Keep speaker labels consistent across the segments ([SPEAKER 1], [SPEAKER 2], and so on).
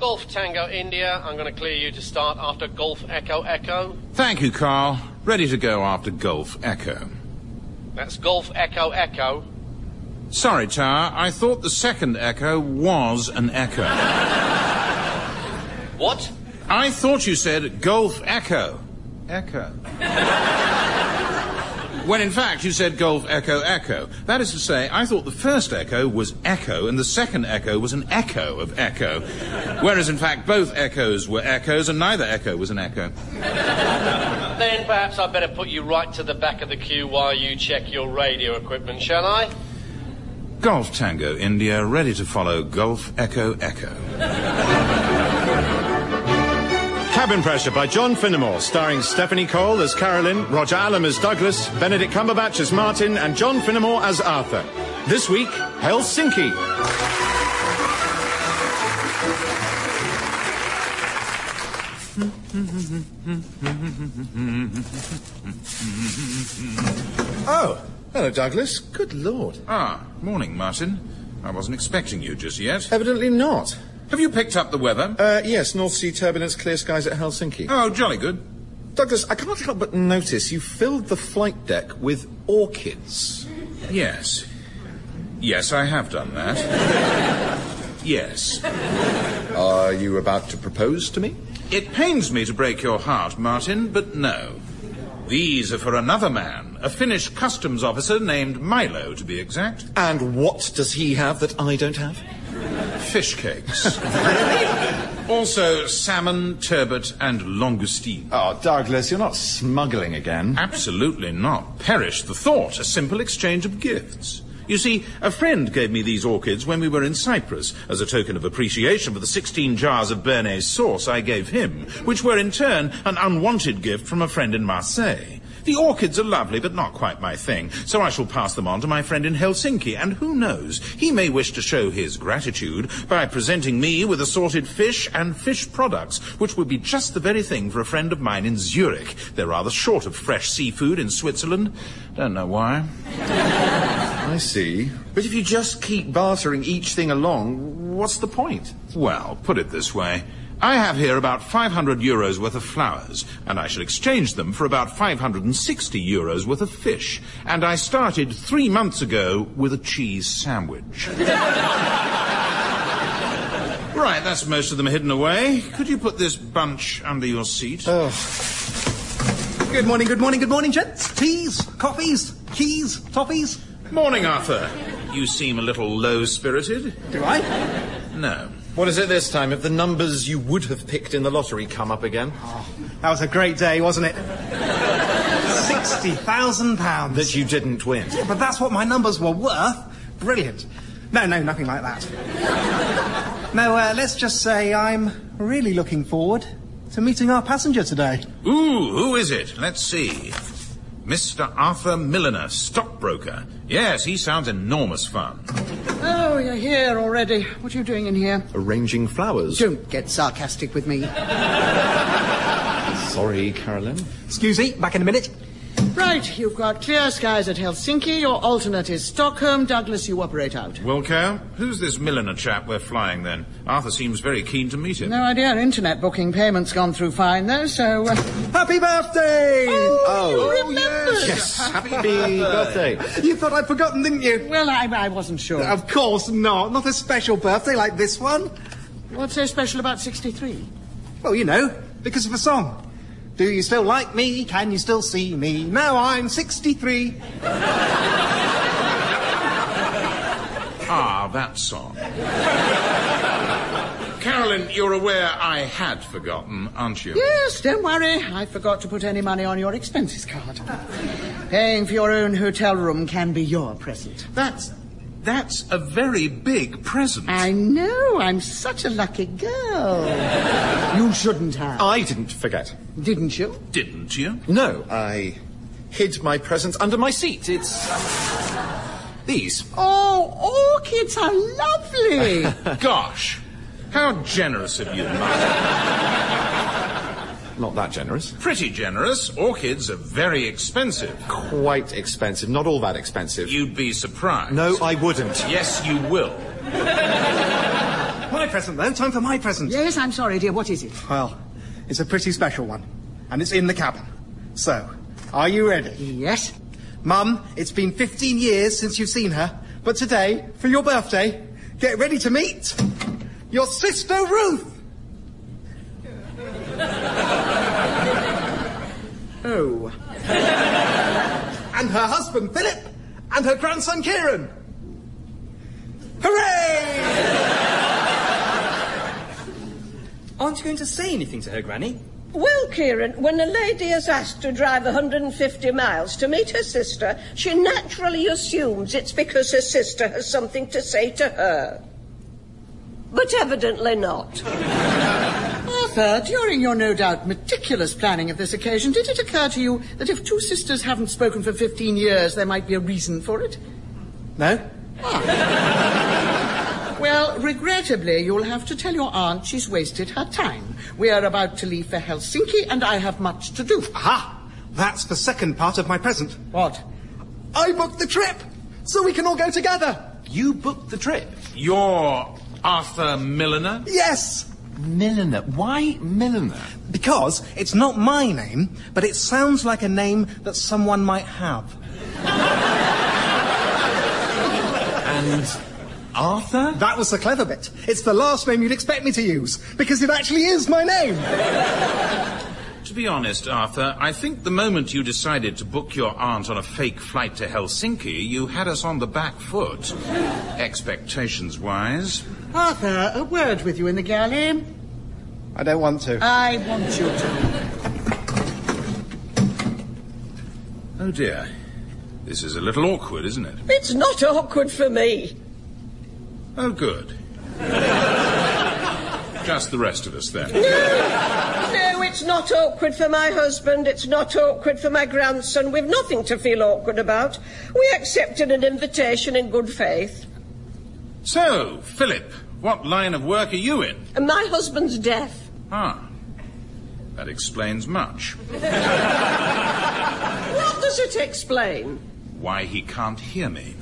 [SPEAKER 1] Golf Tango India, I'm going to clear you to start after Golf Echo Echo.
[SPEAKER 2] Thank you, Carl. Ready to go after Golf Echo.
[SPEAKER 1] That's Golf Echo Echo.
[SPEAKER 2] Sorry, Tara, I thought the second echo was an echo.
[SPEAKER 1] What?
[SPEAKER 2] I thought you said Golf Echo. Echo. when in fact you said Golf Echo Echo. That is to say, I thought the first echo was echo and the second echo was an echo of echo. Whereas in fact both echoes were echoes and neither echo was an echo.
[SPEAKER 1] Then perhaps I'd better put you right to the back of the queue while you check your radio equipment, shall I?
[SPEAKER 2] Golf Tango India ready to follow Golf Echo Echo.
[SPEAKER 3] Cabin Pressure by John Finnemore, starring Stephanie Cole as Carolyn, Roger Allam as Douglas, Benedict Cumberbatch as Martin, and John Finnemore as Arthur. This week, Helsinki.
[SPEAKER 4] Oh, hello, Douglas. Good lord.
[SPEAKER 2] Ah, morning, Martin. I wasn't expecting you just yet.
[SPEAKER 4] Evidently not.
[SPEAKER 2] Have you picked up the weather?
[SPEAKER 4] Uh, yes, North Sea turbulence, clear skies at Helsinki. Uh,
[SPEAKER 2] Oh, jolly good.
[SPEAKER 4] Douglas, I can't help but notice you filled the flight deck with orchids.
[SPEAKER 2] Yes. Yes, I have done that. yes.
[SPEAKER 4] Are you about to propose to me?
[SPEAKER 2] It pains me to break your heart, Martin, but no. These are for another man, a Finnish customs officer named Milo, to be exact.
[SPEAKER 4] And what does he have that I don't have?
[SPEAKER 2] Fish cakes. also, salmon, turbot, and langoustine.
[SPEAKER 3] Oh, Douglas, you're not smuggling again.
[SPEAKER 2] Absolutely not. Perish the thought. A simple exchange of gifts. You see, a friend gave me these orchids when we were in Cyprus as a token of appreciation for the 16 jars of Bernays sauce I gave him, which were in turn an unwanted gift from a friend in Marseille. The orchids are lovely, but not quite my thing, so I shall pass them on to my friend in Helsinki, and who knows, he may wish to show his gratitude by presenting me with assorted fish and fish products, which would be just the very thing for a friend of mine in Zurich. They're rather short of fresh seafood in Switzerland. Don't know why.
[SPEAKER 4] I see. But if you just keep bartering each thing along, what's the point?
[SPEAKER 2] Well, put it this way. I have here about 500 euros worth of flowers, and I shall exchange them for about 560 euros worth of fish. And I started three months ago with a cheese sandwich. right, that's most of them hidden away. Could you put this bunch under your seat?
[SPEAKER 5] Good morning, good morning, good morning, gents. Teas, coffees, keys, toffees.
[SPEAKER 2] Morning, Arthur. You seem a little low spirited.
[SPEAKER 5] Do I?
[SPEAKER 2] No.
[SPEAKER 4] What is it this time if the numbers you would have picked in the lottery come up again?
[SPEAKER 5] That was a great day, wasn't it? Sixty thousand pounds.
[SPEAKER 4] That you didn't win.
[SPEAKER 5] Yeah, but that's what my numbers were worth. Brilliant. No, no, nothing like that. no, uh, let's just say I'm really looking forward to meeting our passenger today.
[SPEAKER 2] Ooh, who is it? Let's see. Mr. Arthur Milliner, stockbroker. Yes, he sounds enormous fun.
[SPEAKER 6] Oh, you're here already. What are you doing in here?
[SPEAKER 4] Arranging flowers.
[SPEAKER 6] Don't get sarcastic with me.
[SPEAKER 4] Sorry, Carolyn.
[SPEAKER 5] Excuse me, back in a minute.
[SPEAKER 6] Right, you've got clear skies at Helsinki. Your alternate is Stockholm. Douglas, you operate out.
[SPEAKER 2] Wilco, who's this milliner chap we're flying then? Arthur seems very keen to meet him.
[SPEAKER 6] No idea. Internet booking payment's gone through fine, though, so. Uh...
[SPEAKER 5] Happy birthday!
[SPEAKER 6] Oh,
[SPEAKER 4] Oh,
[SPEAKER 5] Oh,
[SPEAKER 6] you remembered!
[SPEAKER 4] Happy birthday.
[SPEAKER 5] You thought I'd forgotten, didn't you?
[SPEAKER 6] Well, I, I wasn't sure.
[SPEAKER 5] Of course not. Not a special birthday like this one.
[SPEAKER 6] What's so special about 63?
[SPEAKER 5] Well, you know, because of a song. Do you still like me? Can you still see me? Now I'm 63.
[SPEAKER 2] Ah, that song. Carolyn, you're aware I had forgotten, aren't you?
[SPEAKER 6] Yes, don't worry. I forgot to put any money on your expenses card. Paying for your own hotel room can be your present.
[SPEAKER 2] That's that's a very big present.
[SPEAKER 6] I know, I'm such a lucky girl. you shouldn't have.
[SPEAKER 4] I didn't forget.
[SPEAKER 6] Didn't you?
[SPEAKER 2] Didn't you?
[SPEAKER 4] No, I hid my presents under my seat. It's. These.
[SPEAKER 6] Oh, orchids are lovely.
[SPEAKER 2] Gosh. How generous of you, Mark.
[SPEAKER 4] Not that generous.
[SPEAKER 2] Pretty generous. Orchids are very expensive.
[SPEAKER 4] Quite expensive. Not all that expensive.
[SPEAKER 2] You'd be surprised.
[SPEAKER 4] No, I wouldn't.
[SPEAKER 2] Yes, you will.
[SPEAKER 5] Why present, though. Time for my present.
[SPEAKER 6] Yes, I'm sorry, dear. What is it?
[SPEAKER 5] Well, it's a pretty special one, and it's in the cabin. So, are you ready?
[SPEAKER 6] Yes?
[SPEAKER 5] Mum, it's been 15 years since you've seen her, but today, for your birthday, get ready to meet your sister Ruth.
[SPEAKER 6] Oh.
[SPEAKER 5] and her husband Philip and her grandson Kieran. Hooray!
[SPEAKER 7] Aren't you going to say anything to her, Granny?
[SPEAKER 8] Well, Kieran, when a lady is asked to drive 150 miles to meet her sister, she naturally assumes it's because her sister has something to say to her. But evidently not.
[SPEAKER 6] Arthur, during your no doubt meticulous planning of this occasion, did it occur to you that if two sisters haven't spoken for 15 years, there might be a reason for it?
[SPEAKER 5] No?
[SPEAKER 6] Well, regrettably, you'll have to tell your aunt she's wasted her time. We are about to leave for Helsinki, and I have much to do.
[SPEAKER 5] Aha! That's the second part of my present.
[SPEAKER 6] What?
[SPEAKER 5] I booked the trip, so we can all go together.
[SPEAKER 2] You booked the trip. You're Arthur Milliner?
[SPEAKER 5] Yes,
[SPEAKER 4] Milliner. Why milliner?
[SPEAKER 5] because it's not my name, but it sounds like a name that someone might have.
[SPEAKER 4] And Arthur?
[SPEAKER 5] That was the clever bit. It's the last name you'd expect me to use, because it actually is my name.
[SPEAKER 2] To be honest, Arthur, I think the moment you decided to book your aunt on a fake flight to Helsinki, you had us on the back foot. Expectations wise.
[SPEAKER 6] Arthur, a word with you in the galley.
[SPEAKER 5] I don't want to.
[SPEAKER 6] I want you to.
[SPEAKER 2] Oh dear. This is a little awkward, isn't it?
[SPEAKER 8] It's not awkward for me.
[SPEAKER 2] Oh, good. Just the rest of us then.
[SPEAKER 8] No, it's not awkward for my husband. It's not awkward for my grandson. We've nothing to feel awkward about. We accepted an invitation in good faith.
[SPEAKER 2] So, Philip, what line of work are you in?
[SPEAKER 8] And my husband's deaf.
[SPEAKER 2] Ah, that explains much.
[SPEAKER 8] What does it explain?
[SPEAKER 2] Why he can't hear me.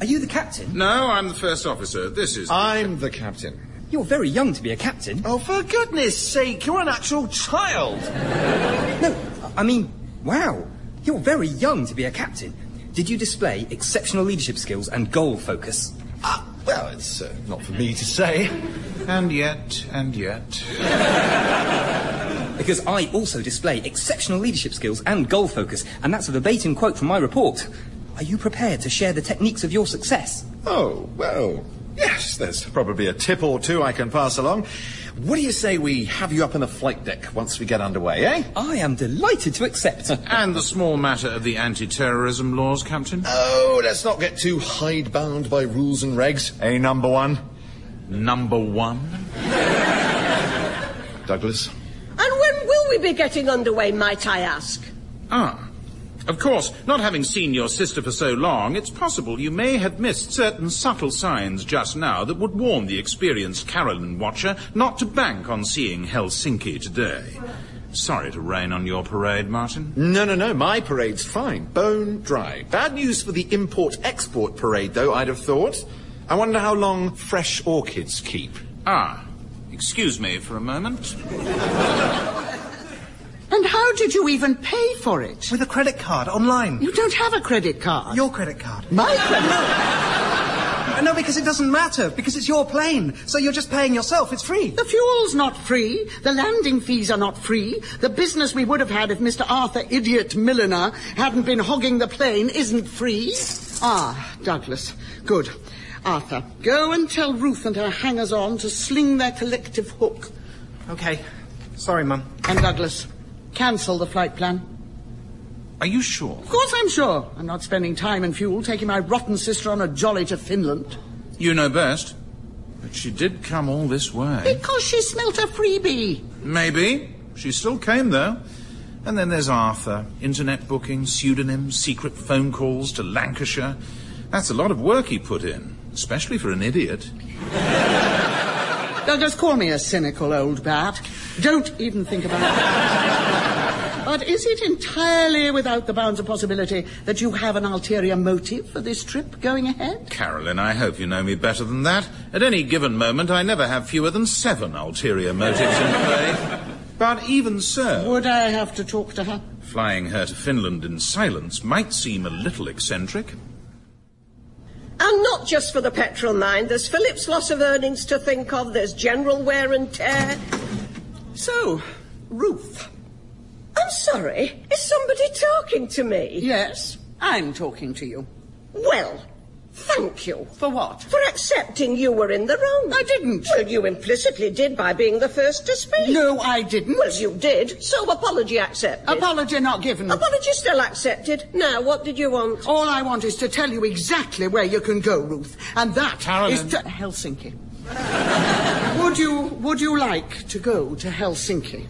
[SPEAKER 7] Are you the captain?
[SPEAKER 2] No, I'm the first officer. This is.
[SPEAKER 4] I'm the captain.
[SPEAKER 7] You're very young to be a captain.
[SPEAKER 4] Oh, for goodness sake, you're an actual child.
[SPEAKER 7] No, I- I mean, wow. You're very young to be a captain. Did you display exceptional leadership skills and goal focus?
[SPEAKER 4] Ah, well, it's uh, not for me to say.
[SPEAKER 2] And yet, and yet.
[SPEAKER 7] Because I also display exceptional leadership skills and goal focus, and that's a verbatim quote from my report. Are you prepared to share the techniques of your success?
[SPEAKER 4] Oh, well, yes, there's probably a tip or two I can pass along. What do you say we have you up on the flight deck once we get underway, eh?
[SPEAKER 7] I am delighted to accept.
[SPEAKER 2] And the small matter of the anti terrorism laws, Captain?
[SPEAKER 4] Oh, let's not get too hidebound by rules and regs. Eh, number one?
[SPEAKER 2] Number one?
[SPEAKER 4] Douglas?
[SPEAKER 8] And when will we be getting underway, might I ask?
[SPEAKER 2] Ah. Of course, not having seen your sister for so long, it's possible you may have missed certain subtle signs just now that would warn the experienced Carolyn watcher not to bank on seeing Helsinki today. Sorry to rain on your parade, Martin.
[SPEAKER 4] No, no, no, my parade's fine. Bone dry. Bad news for the import-export parade, though, I'd have thought. I wonder how long fresh orchids keep.
[SPEAKER 2] Ah, excuse me for a moment.
[SPEAKER 6] And how did you even pay for it?
[SPEAKER 5] With a credit card, online.
[SPEAKER 6] You don't have a credit card.
[SPEAKER 5] Your credit card.
[SPEAKER 6] My credit
[SPEAKER 5] Uh, No, because it doesn't matter, because it's your plane, so you're just paying yourself, it's free.
[SPEAKER 6] The fuel's not free. The landing fees are not free. The business we would have had if Mr. Arthur Idiot Milliner hadn't been hogging the plane isn't free. Ah, Douglas. Good. Arthur, go and tell Ruth and her hangers on to sling their collective hook.
[SPEAKER 5] Okay. Sorry, Mum.
[SPEAKER 6] And Douglas, cancel the flight plan.
[SPEAKER 2] Are you sure?
[SPEAKER 6] Of course, I'm sure. I'm not spending time and fuel taking my rotten sister on a jolly to Finland.
[SPEAKER 2] You know best. But she did come all this way.
[SPEAKER 6] Because she smelt a freebie.
[SPEAKER 2] Maybe. She still came, though. And then there's Arthur. Internet booking, pseudonyms, secret phone calls to Lancashire. That's a lot of work he put in, especially for an idiot.
[SPEAKER 6] Douglas, call me a cynical old bat. Don't even think about it. But is it entirely without the bounds of possibility that you have an ulterior motive for this trip going ahead?
[SPEAKER 4] Carolyn, I hope you know me better than that. At any given moment, I never have fewer than seven ulterior motives in play. But even so,
[SPEAKER 6] Would I have to talk to her?
[SPEAKER 4] flying her to Finland in silence might seem a little eccentric.
[SPEAKER 8] And not just for the petrol mine. There's Philip's loss of earnings to think of. There's general wear and tear.
[SPEAKER 6] So, Ruth.
[SPEAKER 8] I'm sorry. Is somebody talking to me?
[SPEAKER 6] Yes, I'm talking to you.
[SPEAKER 8] Well, thank you
[SPEAKER 6] For what?
[SPEAKER 8] for accepting you were in the wrong.
[SPEAKER 6] I didn't.
[SPEAKER 8] Well, you implicitly did by being the first to speak.
[SPEAKER 6] No, I didn't.
[SPEAKER 8] Well, you did. So apology accepted.
[SPEAKER 6] Apology not given.
[SPEAKER 8] Apology still accepted. Now, what did you want?
[SPEAKER 6] All I want is to tell you exactly where you can go, Ruth, and that is
[SPEAKER 4] Carolyn.
[SPEAKER 6] to Helsinki. would you would you like to go to Helsinki?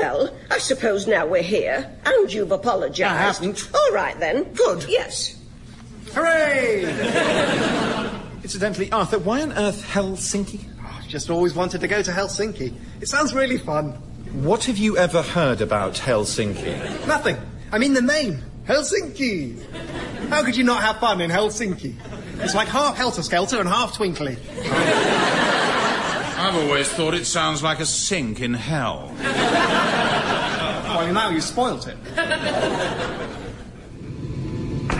[SPEAKER 8] Well, I suppose now we're here, and you've apologised.
[SPEAKER 6] I haven't.
[SPEAKER 8] All right then.
[SPEAKER 6] Good.
[SPEAKER 8] Yes.
[SPEAKER 5] Hooray!
[SPEAKER 2] Incidentally, Arthur, why on earth Helsinki?
[SPEAKER 5] Oh, I've just always wanted to go to Helsinki. It sounds really fun.
[SPEAKER 2] What have you ever heard about Helsinki?
[SPEAKER 5] Nothing. I mean the name. Helsinki. How could you not have fun in Helsinki? It's like half helter skelter and half twinkly.
[SPEAKER 4] I've always thought it sounds like a sink in hell.
[SPEAKER 5] Well, now you spoilt it.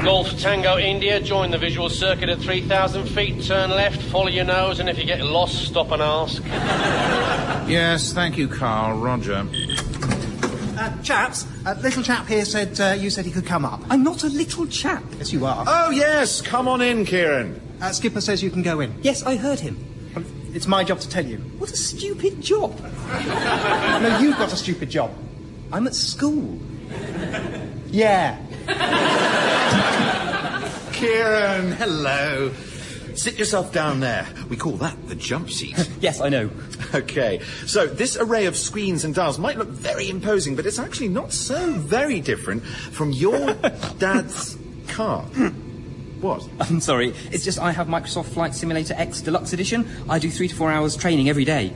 [SPEAKER 1] Golf Tango India, join the visual circuit at 3,000 feet, turn left, follow your nose, and if you get lost, stop and ask.
[SPEAKER 4] Yes, thank you, Carl. Roger.
[SPEAKER 5] Uh, chaps, a little chap here said uh, you said he could come up.
[SPEAKER 7] I'm not a little chap.
[SPEAKER 5] Yes, you are.
[SPEAKER 2] Oh, yes, come on in, Kieran.
[SPEAKER 5] Uh, Skipper says you can go in.
[SPEAKER 7] Yes, I heard him.
[SPEAKER 6] Um,
[SPEAKER 5] Well, It's my job to tell you.
[SPEAKER 7] What a stupid job.
[SPEAKER 5] No, you've got a stupid job.
[SPEAKER 7] I'm at school.
[SPEAKER 5] Yeah.
[SPEAKER 2] Kieran, hello. Sit yourself down there. We call that the jump seat.
[SPEAKER 7] Yes, I know.
[SPEAKER 2] okay, so this array of screens and dials might look very imposing, but it's actually not so very different from your dad's car. What?
[SPEAKER 7] I'm sorry. It's just I have Microsoft Flight Simulator X Deluxe Edition. I do three to four hours training every day.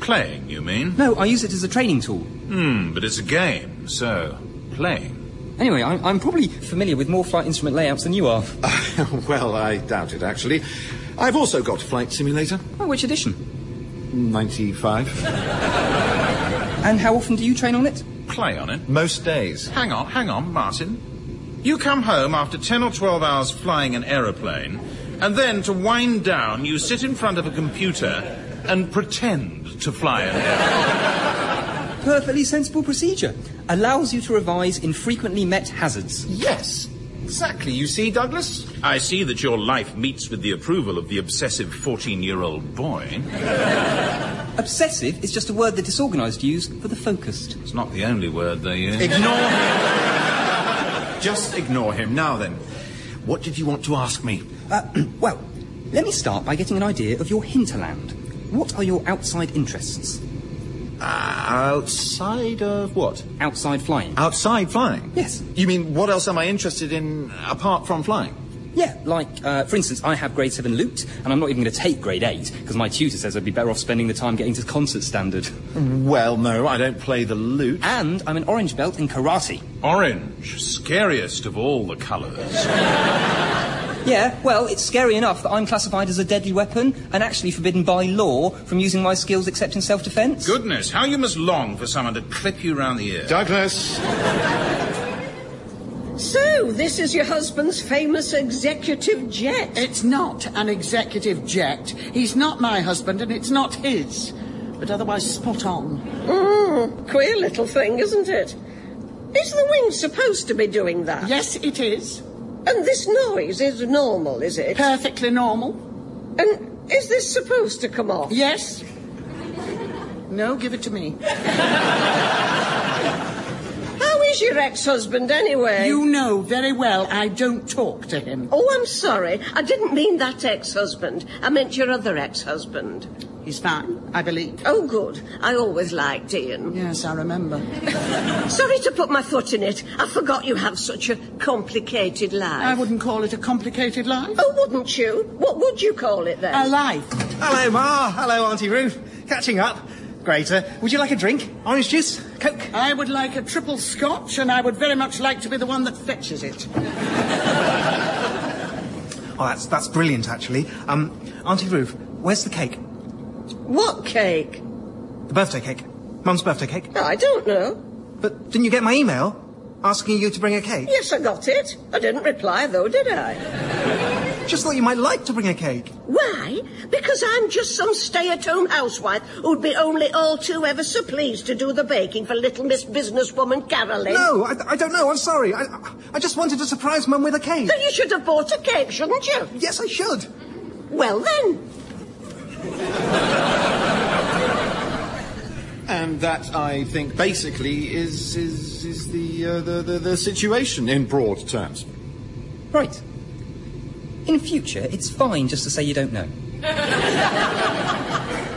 [SPEAKER 4] Playing, you mean?
[SPEAKER 7] No, I use it as a training tool.
[SPEAKER 4] Hmm, but it's a game, so playing.
[SPEAKER 7] Anyway, I'm, I'm probably familiar with more flight instrument layouts than you are.
[SPEAKER 2] well, I doubt it, actually. I've also got Flight Simulator
[SPEAKER 7] Oh, which edition?
[SPEAKER 2] 95.
[SPEAKER 7] And how often do you train on it?
[SPEAKER 4] Play on it.
[SPEAKER 2] Most days.
[SPEAKER 4] Hang on, hang on, Martin. You come home after 10 or 12 hours flying an aeroplane, and then to wind down, you sit in front of a computer and pretend to fly an aeroplane.
[SPEAKER 7] Perfectly sensible procedure. Allows you to revise infrequently met hazards.
[SPEAKER 2] Yes, exactly. You see, Douglas?
[SPEAKER 4] I see that your life meets with the approval of the obsessive 14 year old boy.
[SPEAKER 7] Obsessive is just a word the disorganised use for the focused.
[SPEAKER 4] It's not the only word they use.
[SPEAKER 2] Ignore him. Just ignore him. Now then, what did you want to ask me?
[SPEAKER 7] Uh, well, let me start by getting an idea of your hinterland. What are your outside interests?
[SPEAKER 2] Outside of what?
[SPEAKER 7] Outside flying?
[SPEAKER 2] Outside flying?
[SPEAKER 7] Yes.
[SPEAKER 2] You mean what else am I interested in apart from flying?
[SPEAKER 7] Yeah, like, uh, for instance, I have grade 7 looped, and I'm not even going to take grade 8, because my tutor says I'd be better off spending the time getting to concert standard.
[SPEAKER 2] Mm. Well, no, I don't play the lute.
[SPEAKER 7] And I'm an orange belt in karate.
[SPEAKER 4] Orange, scariest of all the colours.
[SPEAKER 7] Yeah, well, it's scary enough that I'm classified as a deadly weapon and actually forbidden by law from using my skills except in self defense.
[SPEAKER 4] Goodness, how you must long for someone to clip you round the ear.
[SPEAKER 9] Douglas,
[SPEAKER 8] So, this is your husband's famous executive jet.
[SPEAKER 6] It's not an executive jet. He's not my husband, and it's not his. But otherwise, spot on.
[SPEAKER 8] Mm, queer little thing, isn't it? Is the wing supposed to be doing that?
[SPEAKER 6] Yes, it is.
[SPEAKER 8] And this noise is normal, is it?
[SPEAKER 6] Perfectly normal.
[SPEAKER 8] and is this supposed to come off?
[SPEAKER 6] Yes. No, give it to me.
[SPEAKER 8] How is your ex-husband anyway?
[SPEAKER 6] You know very well I don't talk to him.
[SPEAKER 8] Oh, I'm sorry. I didn't mean that ex-husband. I meant your other ex-husband.
[SPEAKER 6] He's fine, I believe.
[SPEAKER 8] Oh, good. I always liked Ian.
[SPEAKER 6] Yes, I remember.
[SPEAKER 8] Sorry to put my foot in it. I forgot you have such a complicated
[SPEAKER 6] I
[SPEAKER 8] life.
[SPEAKER 6] wouldn't call it a complicated life.
[SPEAKER 8] Oh, wouldn't you? What would you call it then?
[SPEAKER 6] A life.
[SPEAKER 5] Hello, Ma. Hello, Auntie Ruth. Catching up. Greater. Would you like a drink? Orange juice?
[SPEAKER 7] Coke.
[SPEAKER 10] I would like a triple scotch, and I would very much like to be the one that fetches it.
[SPEAKER 6] Oh, that's, that's brilliant, actually. Um, Auntie Ruth, where's the cake?
[SPEAKER 8] What cake?
[SPEAKER 6] The birthday cake. Mum's birthday cake.
[SPEAKER 8] I don't know.
[SPEAKER 6] But didn't you get my email asking you to bring a cake?
[SPEAKER 8] Yes, I got it. I didn't reply, though, did I?
[SPEAKER 6] Just thought you might like to bring a cake.
[SPEAKER 8] Why? Because I'm just some stay-at-home housewife who'd be only all too ever so pleased to do the baking for little Miss Businesswoman Caroline.
[SPEAKER 6] No, I, I don't know. I'm sorry. I, I just wanted to surprise Mum with a cake.
[SPEAKER 8] Then you should have bought a cake, shouldn't you?
[SPEAKER 6] Yes, I should.
[SPEAKER 8] Well, then.
[SPEAKER 2] And that, I think, basically is is, is the, uh, the, the the situation in broad terms.
[SPEAKER 7] Right. In future, it's fine just to say you don't know.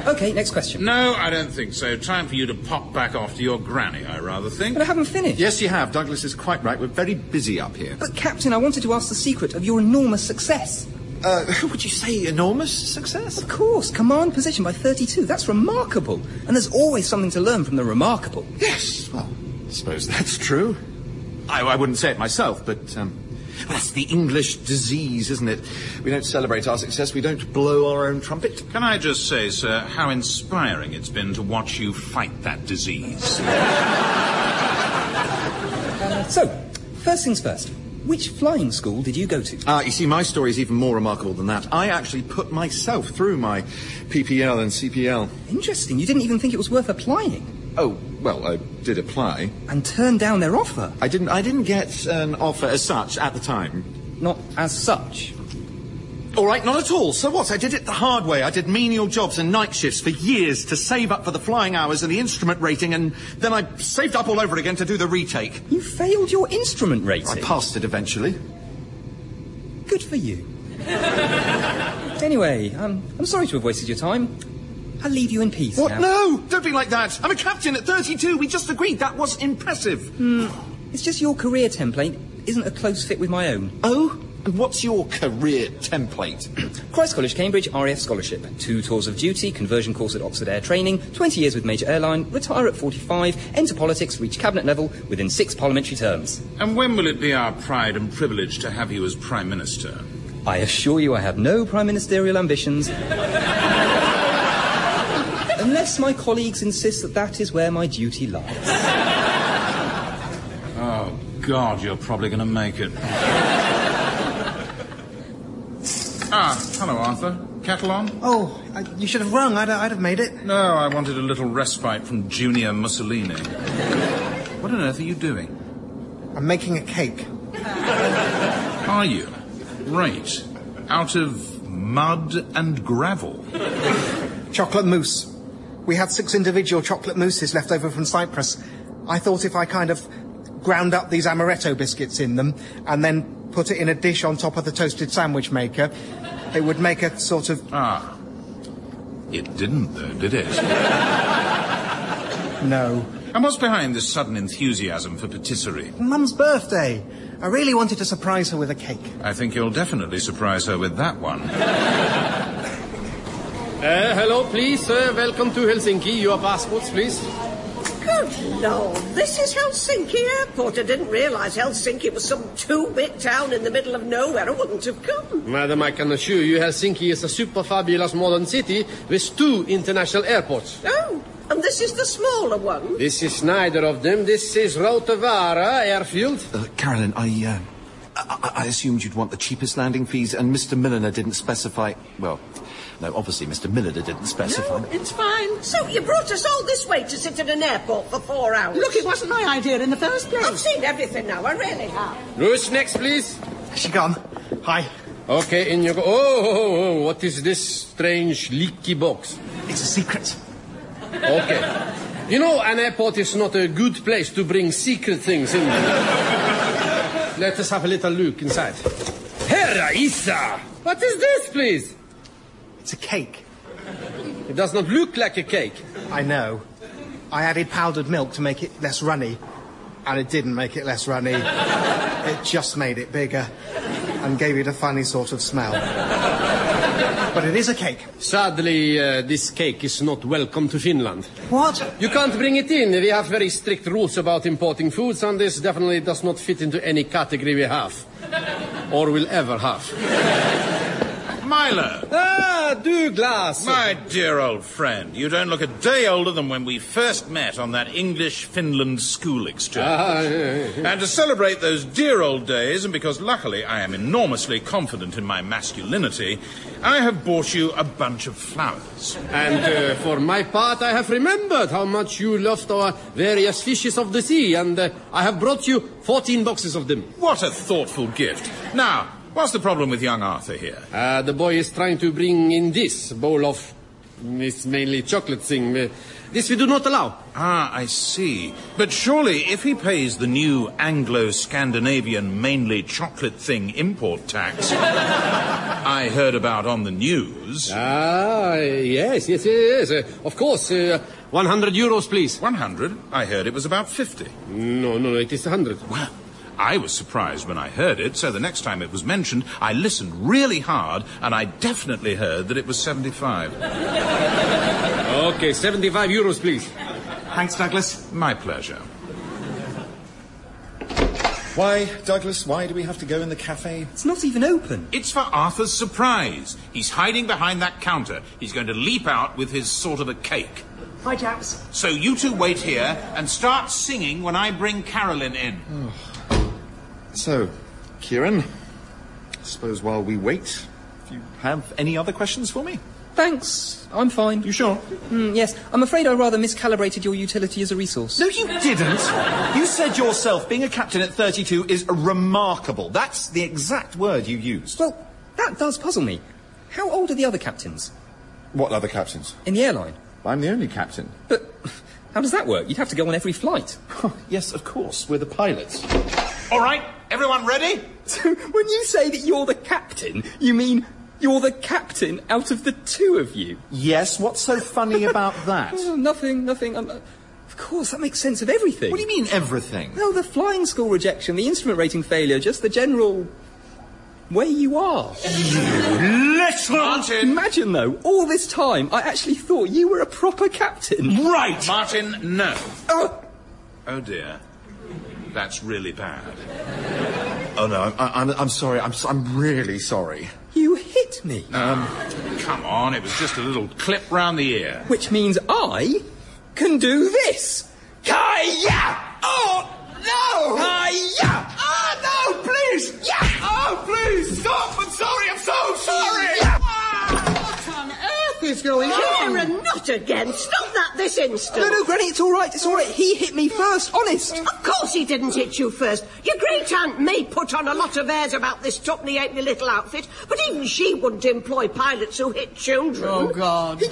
[SPEAKER 7] okay, next question.
[SPEAKER 3] No, I don't think so. Time for you to pop back off to your granny, I rather think.
[SPEAKER 7] But I haven't finished.
[SPEAKER 2] Yes, you have. Douglas is quite right. We're very busy up here.
[SPEAKER 7] But, Captain, I wanted to ask the secret of your enormous success.
[SPEAKER 2] Uh, would you say enormous success?
[SPEAKER 7] Of course, command position by 32. That's remarkable. And there's always something to learn from the remarkable.
[SPEAKER 2] Yes. Well, I suppose that's true. I, I wouldn't say it myself, but um, that's the English disease, isn't it? We don't celebrate our success. We don't blow our own trumpet.
[SPEAKER 3] Can I just say, sir, how inspiring it's been to watch you fight that disease?
[SPEAKER 7] So, first things first. Which flying school did you go to?
[SPEAKER 2] Uh, you see, my story is even more remarkable than that. I actually put myself through my PPL and CPL.
[SPEAKER 7] Interesting, you didn't even think it was worth applying.
[SPEAKER 2] Oh, well, I did apply.
[SPEAKER 7] And turned down their offer.
[SPEAKER 2] I didn't. I didn't get an offer as such at the time.
[SPEAKER 7] Not as such.
[SPEAKER 2] All right, not at all. So what? I did it the hard way. I did menial jobs and night shifts for years to save up for the flying hours and the instrument rating, and then I saved up all over again to do the retake.
[SPEAKER 7] You failed your instrument rating.
[SPEAKER 2] I passed it eventually.
[SPEAKER 7] Good for you. anyway, um, I'm sorry to have wasted your time. I'll leave you in peace.
[SPEAKER 2] What?
[SPEAKER 7] now.
[SPEAKER 2] No! Don't be like that. I'm a captain at 32. We just agreed that was impressive.
[SPEAKER 7] It's just your career template isn't a close fit with my own.
[SPEAKER 2] Oh, and what's your career template?
[SPEAKER 7] Christ College, Cambridge, RAF scholarship. Two tours of duty, conversion course at Oxford Air Training, 20 years with major airline, retire at 45, enter politics, reach cabinet level within six parliamentary terms.
[SPEAKER 3] and when will it be our pride and privilege to have you as Prime Minister?
[SPEAKER 7] I assure you I have no prime ministerial ambitions. Unless my colleagues insist that that is where my duty lies.
[SPEAKER 3] Oh, God, you're probably going to make it. ah, hello, Arthur. Kettle on?
[SPEAKER 6] Oh, I, you should have rung. I'd, I'd have made it.
[SPEAKER 3] No, I wanted a little respite from Junior Mussolini. what on earth are you doing?
[SPEAKER 6] I'm making a cake.
[SPEAKER 3] Are you? Right. Out of mud and gravel.
[SPEAKER 6] Chocolate mousse. We had six individual chocolate mousses left over from Cyprus. I thought if I kind of ground up these amaretto biscuits in them and then put it in a dish on top of the toasted sandwich maker, it would make a sort of
[SPEAKER 3] Ah. It didn't, though, did it?
[SPEAKER 6] no.
[SPEAKER 3] and what's behind this sudden enthusiasm for patisserie?
[SPEAKER 6] Mum's birthday. I really wanted to surprise her with a cake.
[SPEAKER 3] I think you'll definitely surprise her with that one.
[SPEAKER 5] Uh, hello, please, sir. Welcome to Helsinki. Your passports, please.
[SPEAKER 8] Good lord, this is Helsinki Airport. I didn't realise Helsinki was some two-bit town in the middle of nowhere. I wouldn't have come.
[SPEAKER 5] Madam, I can assure you Helsinki is a super fabulous modern city with two international airports.
[SPEAKER 8] Oh, and this is the smaller one.
[SPEAKER 5] This is neither of them. This is Routavaara Airfield.
[SPEAKER 2] Uh, Carolyn, I, uh, I, I assumed you'd want the cheapest landing fees, and Mr. Milliner didn't specify. Well, no, obviously Mr. Milliner didn't specify.
[SPEAKER 8] No, it's fine. So you brought us all this way to sit at an airport for four hours.
[SPEAKER 10] Look, it wasn't my idea in the first place.
[SPEAKER 6] Oh,
[SPEAKER 8] I've seen everything now. I really have.
[SPEAKER 5] Rush next, please.
[SPEAKER 6] Has she gone? Hi.
[SPEAKER 5] Okay, in you go. Oh, oh, oh, what is this strange leaky box?
[SPEAKER 6] It's a secret.
[SPEAKER 5] Okay. You know, an airport is not a good place to bring secret things in. Let us have a little look inside. Herra Issa! What is this, please?
[SPEAKER 6] It's a cake.
[SPEAKER 5] It does not look like a cake.
[SPEAKER 6] I know. I added powdered milk to make it less runny. And it didn't make it less runny. it just made it bigger and gave it a funny sort of smell.
[SPEAKER 11] But it is a cake.
[SPEAKER 5] Sadly, uh, this cake is not welcome to Finland.
[SPEAKER 11] What?
[SPEAKER 5] You can't bring it in. We have very strict rules about importing foods, and this definitely does not fit into any category we have. Or will ever have.
[SPEAKER 3] Milo!
[SPEAKER 7] Ah, Douglas!
[SPEAKER 3] My dear old friend, you don't look a day older than when we first met on that English Finland school exchange.
[SPEAKER 5] Ah, yeah, yeah.
[SPEAKER 3] And to celebrate those dear old days, and because luckily I am enormously confident in my masculinity, I have bought you a bunch of flowers.
[SPEAKER 5] And uh, for my part, I have remembered how much you loved our various fishes of the sea, and uh, I have brought you 14 boxes of them.
[SPEAKER 3] What a thoughtful gift. Now, what's the problem with young Arthur here?
[SPEAKER 5] Uh, the boy is trying to bring in this bowl of. mm, It's mainly chocolate thing. Uh, this we do not allow.
[SPEAKER 3] Ah, I see. But surely if he pays the new Anglo-Scandinavian mainly chocolate thing import tax I heard about on the news,
[SPEAKER 5] Ah, yes, yes, yes. yes. Uh, of course. Uh, 100 euros, please.
[SPEAKER 3] 100, I heard it was about 50.
[SPEAKER 5] No, no, no, it is 100.
[SPEAKER 3] Well, I was surprised when I heard it, so the next time it was mentioned, I listened really hard, and I definitely heard that it was 75.
[SPEAKER 5] Okay, 75 euros, please.
[SPEAKER 11] Thanks, Douglas.
[SPEAKER 3] My pleasure.
[SPEAKER 2] Why, Douglas, why do we have to go in the cafe?
[SPEAKER 7] It's not even open.
[SPEAKER 3] It's for Arthur's surprise. He's hiding behind that counter. He's going to leap out with his sort of a cake.
[SPEAKER 12] Hi, chaps.
[SPEAKER 3] So you two wait here and start singing when I bring Carolyn in.
[SPEAKER 2] So, Kieran, suppose while we wait, if you have any other questions for me?
[SPEAKER 7] Thanks. I'm fine.
[SPEAKER 2] You sure?
[SPEAKER 7] Mm, yes, I'm afraid I rather miscalibrated your utility as a resource.
[SPEAKER 2] No, you didn't. You said yourself being a captain at 32 is remarkable. That's the exact word you used.
[SPEAKER 7] Well, that does puzzle me. How old are the other captains
[SPEAKER 2] What other captains?
[SPEAKER 7] in the airline?
[SPEAKER 2] I'm the only captain.
[SPEAKER 7] But how does that work? You'd have to go on every flight.
[SPEAKER 2] yes, of course, we're the pilots.
[SPEAKER 3] All right, everyone ready?
[SPEAKER 7] So when you say that you're the captain, you mean you're the captain out of the two of you?
[SPEAKER 2] Yes, what's so funny about that?
[SPEAKER 7] Oh, nothing, nothing. i of course, that makes sense of everything.
[SPEAKER 2] What do you mean, everything?
[SPEAKER 7] Well, the flying school rejection, the instrument rating failure, just the general way you are.
[SPEAKER 3] Let's Martin!
[SPEAKER 7] Imagine though, all this time I actually thought you were a proper captain.
[SPEAKER 3] Right! Martin, no.
[SPEAKER 7] Oh,
[SPEAKER 3] Oh dear. That's really bad.
[SPEAKER 2] Oh, no, I'm, I- I'm, I'm sorry. I'm, s- I'm really sorry.
[SPEAKER 7] you hit me.
[SPEAKER 3] Um, Come on, it was just a little clip round the ear.
[SPEAKER 7] Which means I can do this. Kaya! Oh no! Kaya! Oh no! Please! Yeah! Oh please! Stop! I'm sorry. I'm so sorry.
[SPEAKER 6] On earth is going on?
[SPEAKER 8] Karen, not again. Stop that this instant.
[SPEAKER 7] No, no, Granny, it's all right. It's all right. He hit me first. Honest.
[SPEAKER 8] Of course he didn't hit you first. Your great aunt May put on a lot of airs about this tuppenny halfpenny little outfit, but even she wouldn't employ pilots who hit children.
[SPEAKER 6] Oh, God.
[SPEAKER 7] He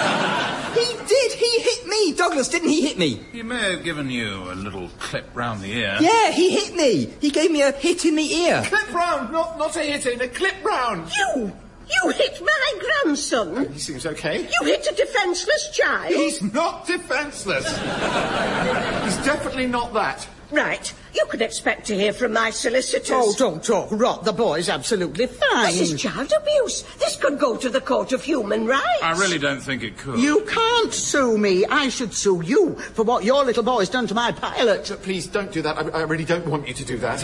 [SPEAKER 7] did. he did. He hit me. Douglas, didn't he hit me?
[SPEAKER 3] He may have given you a little clip round the ear.
[SPEAKER 7] Yeah, he hit me. He gave me a hit in the ear.
[SPEAKER 2] Clip round, not, not a hitting, a clip round.
[SPEAKER 8] You, you hit my grandson.
[SPEAKER 2] He seems okay.
[SPEAKER 8] You hit a defenceless child.
[SPEAKER 2] He's not defenseless. He's definitely not that.
[SPEAKER 8] Right. You can expect to hear from my solicitors.
[SPEAKER 6] Oh, don't talk rot. The boy's absolutely fine.
[SPEAKER 8] This is child abuse. This could go to the Court of Human Rights.
[SPEAKER 3] I really don't think it could.
[SPEAKER 6] You can't sue me. I should sue you for what your little boy's done to my pilot.
[SPEAKER 2] Please don't do that. I, I really don't want you to do that.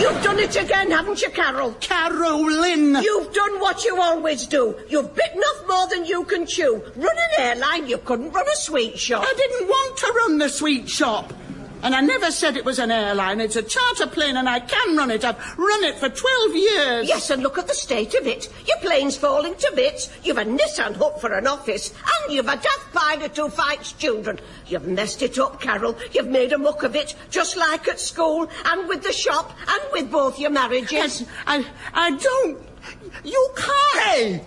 [SPEAKER 8] You've done it again, haven't you, Carol?
[SPEAKER 6] Carolyn!
[SPEAKER 8] You've done what you always do. You've bitten off more than you can chew. Run an airline, you couldn't run a sweet shop.
[SPEAKER 6] I didn't want to run the sweet shop. And I never said it was an airline. It's a charter plane and I can run it. I've run it for 12 years.
[SPEAKER 8] Yes, and look at the state of it. Your plane's falling to bits. You've a Nissan hook for an office, and you've a deaf pilot who fights children. You've messed it up, Carol. You've made a muck of it, just like at school, and with the shop, and with both your marriages.
[SPEAKER 6] Yes, I, I don't. You can't. Hey!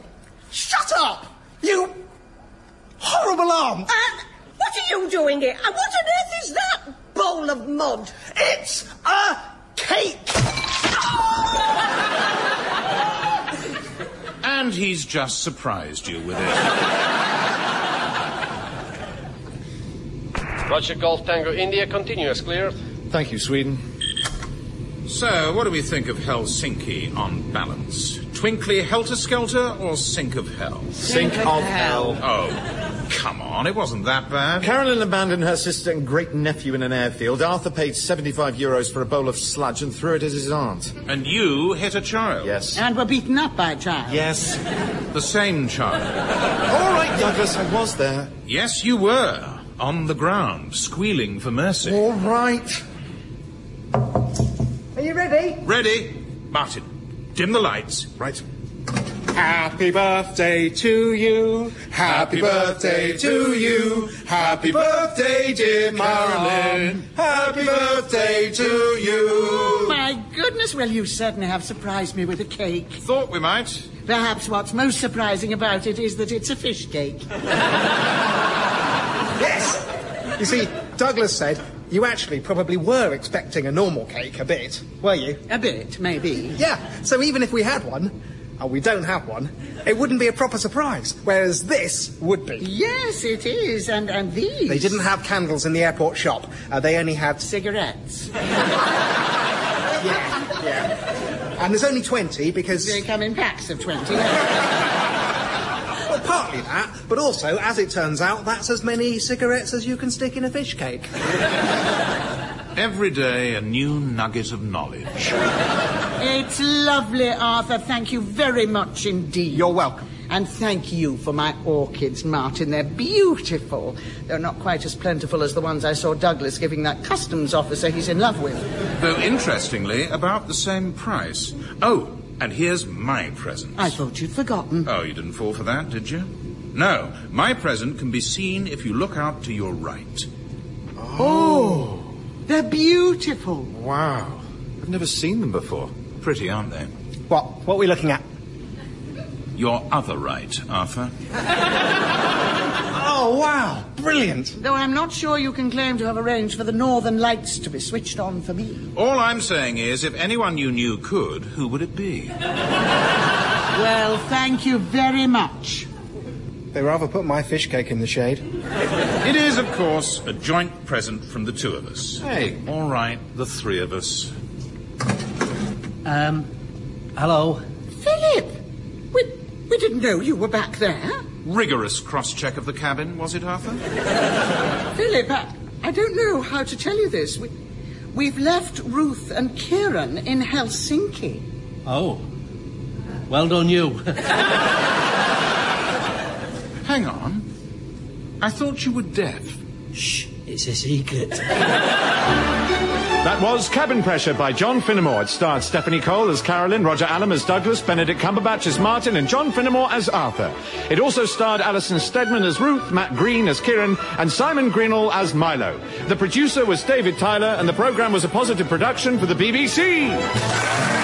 [SPEAKER 6] Shut up! You horrible arm!
[SPEAKER 8] And what are you doing here? And what on earth is that bowl of mud?
[SPEAKER 6] It's a cake!
[SPEAKER 3] And he's just surprised you with it.
[SPEAKER 1] Roger Golf Tango India, continuous clear.
[SPEAKER 2] Thank you, Sweden.
[SPEAKER 3] So, what do we think of Helsinki on balance? Twinkly Helter Skelter or Sink of Hell?
[SPEAKER 2] Sink of hell.
[SPEAKER 3] Oh, come on, it wasn't that bad.
[SPEAKER 2] Carolyn abandoned her sister and great nephew in an airfield. Arthur paid 75 euros for a bowl of sludge and threw it at his aunt.
[SPEAKER 3] And you hit a child.
[SPEAKER 2] Yes.
[SPEAKER 6] And were beaten up by a child.
[SPEAKER 2] Yes.
[SPEAKER 3] The same child.
[SPEAKER 2] All right, Douglas, I was there.
[SPEAKER 3] Yes, you were. On the ground, squealing for mercy.
[SPEAKER 2] All right.
[SPEAKER 7] Are you ready?
[SPEAKER 3] Ready? Martin, dim the lights.
[SPEAKER 2] Right.
[SPEAKER 5] Happy birthday to you.
[SPEAKER 2] Happy birthday to you. Happy birthday, dear Carolyn. Happy birthday to you.
[SPEAKER 6] Oh My goodness, well, you certainly have surprised me with a cake.
[SPEAKER 3] Thought we might.
[SPEAKER 6] Perhaps what's most surprising about it is that it's a fish cake.
[SPEAKER 5] You see, Douglas said you actually probably were expecting a normal cake a bit, were you?
[SPEAKER 6] A bit, maybe.
[SPEAKER 5] Yeah, so even if we had one, and we don't have one, it wouldn't be a proper surprise, whereas this would be.
[SPEAKER 6] Yes, it is, and, and these.
[SPEAKER 5] They didn't have candles in the airport shop. Uh, they only had.
[SPEAKER 6] Cigarettes.
[SPEAKER 5] Yeah, yeah. And there's only 20 because.
[SPEAKER 6] They come in packs of 20.
[SPEAKER 5] Well, partly that, but also, as it turns out, that's as many cigarettes as you can stick in a fish cake.
[SPEAKER 3] Every day, a new nugget of knowledge.
[SPEAKER 6] it's lovely, Arthur. Thank you very much indeed.
[SPEAKER 5] You're welcome.
[SPEAKER 6] And thank you for my orchids, Martin. They're beautiful. They're not quite as plentiful as the ones I saw Douglas giving that customs officer he's in love with.
[SPEAKER 3] Though, interestingly, about the same price. Oh, and here's my present.
[SPEAKER 6] I thought you'd forgotten.
[SPEAKER 3] Oh, you didn't fall for that, did you? No, my present can be seen if you look out to your right.
[SPEAKER 6] They're beautiful.
[SPEAKER 2] Wow. I've never seen them before.
[SPEAKER 3] Pretty, aren't they?
[SPEAKER 5] What? What are we looking at?
[SPEAKER 3] Your other right, Arthur.
[SPEAKER 5] Oh, wow. Brilliant.
[SPEAKER 6] Though I'm not sure you can claim to have arranged for the northern lights to be switched on for me.
[SPEAKER 3] All I'm saying is, if anyone you knew could, who would it be?
[SPEAKER 6] Well, thank you very much.
[SPEAKER 5] They rather put my fish cake in the shade.
[SPEAKER 3] It is, of course, a joint present from the two of us. Hey. All right, the three of us.
[SPEAKER 13] Um, hello.
[SPEAKER 6] Philip, we, we didn't know you were back there.
[SPEAKER 3] Rigorous cross check of the cabin, was it, Arthur?
[SPEAKER 6] Philip, I, I don't know how to tell you this. We, we've left Ruth and Kieran in Helsinki.
[SPEAKER 13] Oh. Well done, you.
[SPEAKER 3] Hang on. I thought you were deaf.
[SPEAKER 13] Shh, it's a secret.
[SPEAKER 4] That was Cabin Pressure by John Finnemore. It starred Stephanie Cole as Carolyn, Roger Allam as Douglas, Benedict Cumberbatch as Martin, and John Finnemore as Arthur. It also starred Alison Steadman as Ruth, Matt Green as Kieran, and Simon Greenall as Milo. The producer was David Tyler, and the programme was a positive production for the BBC.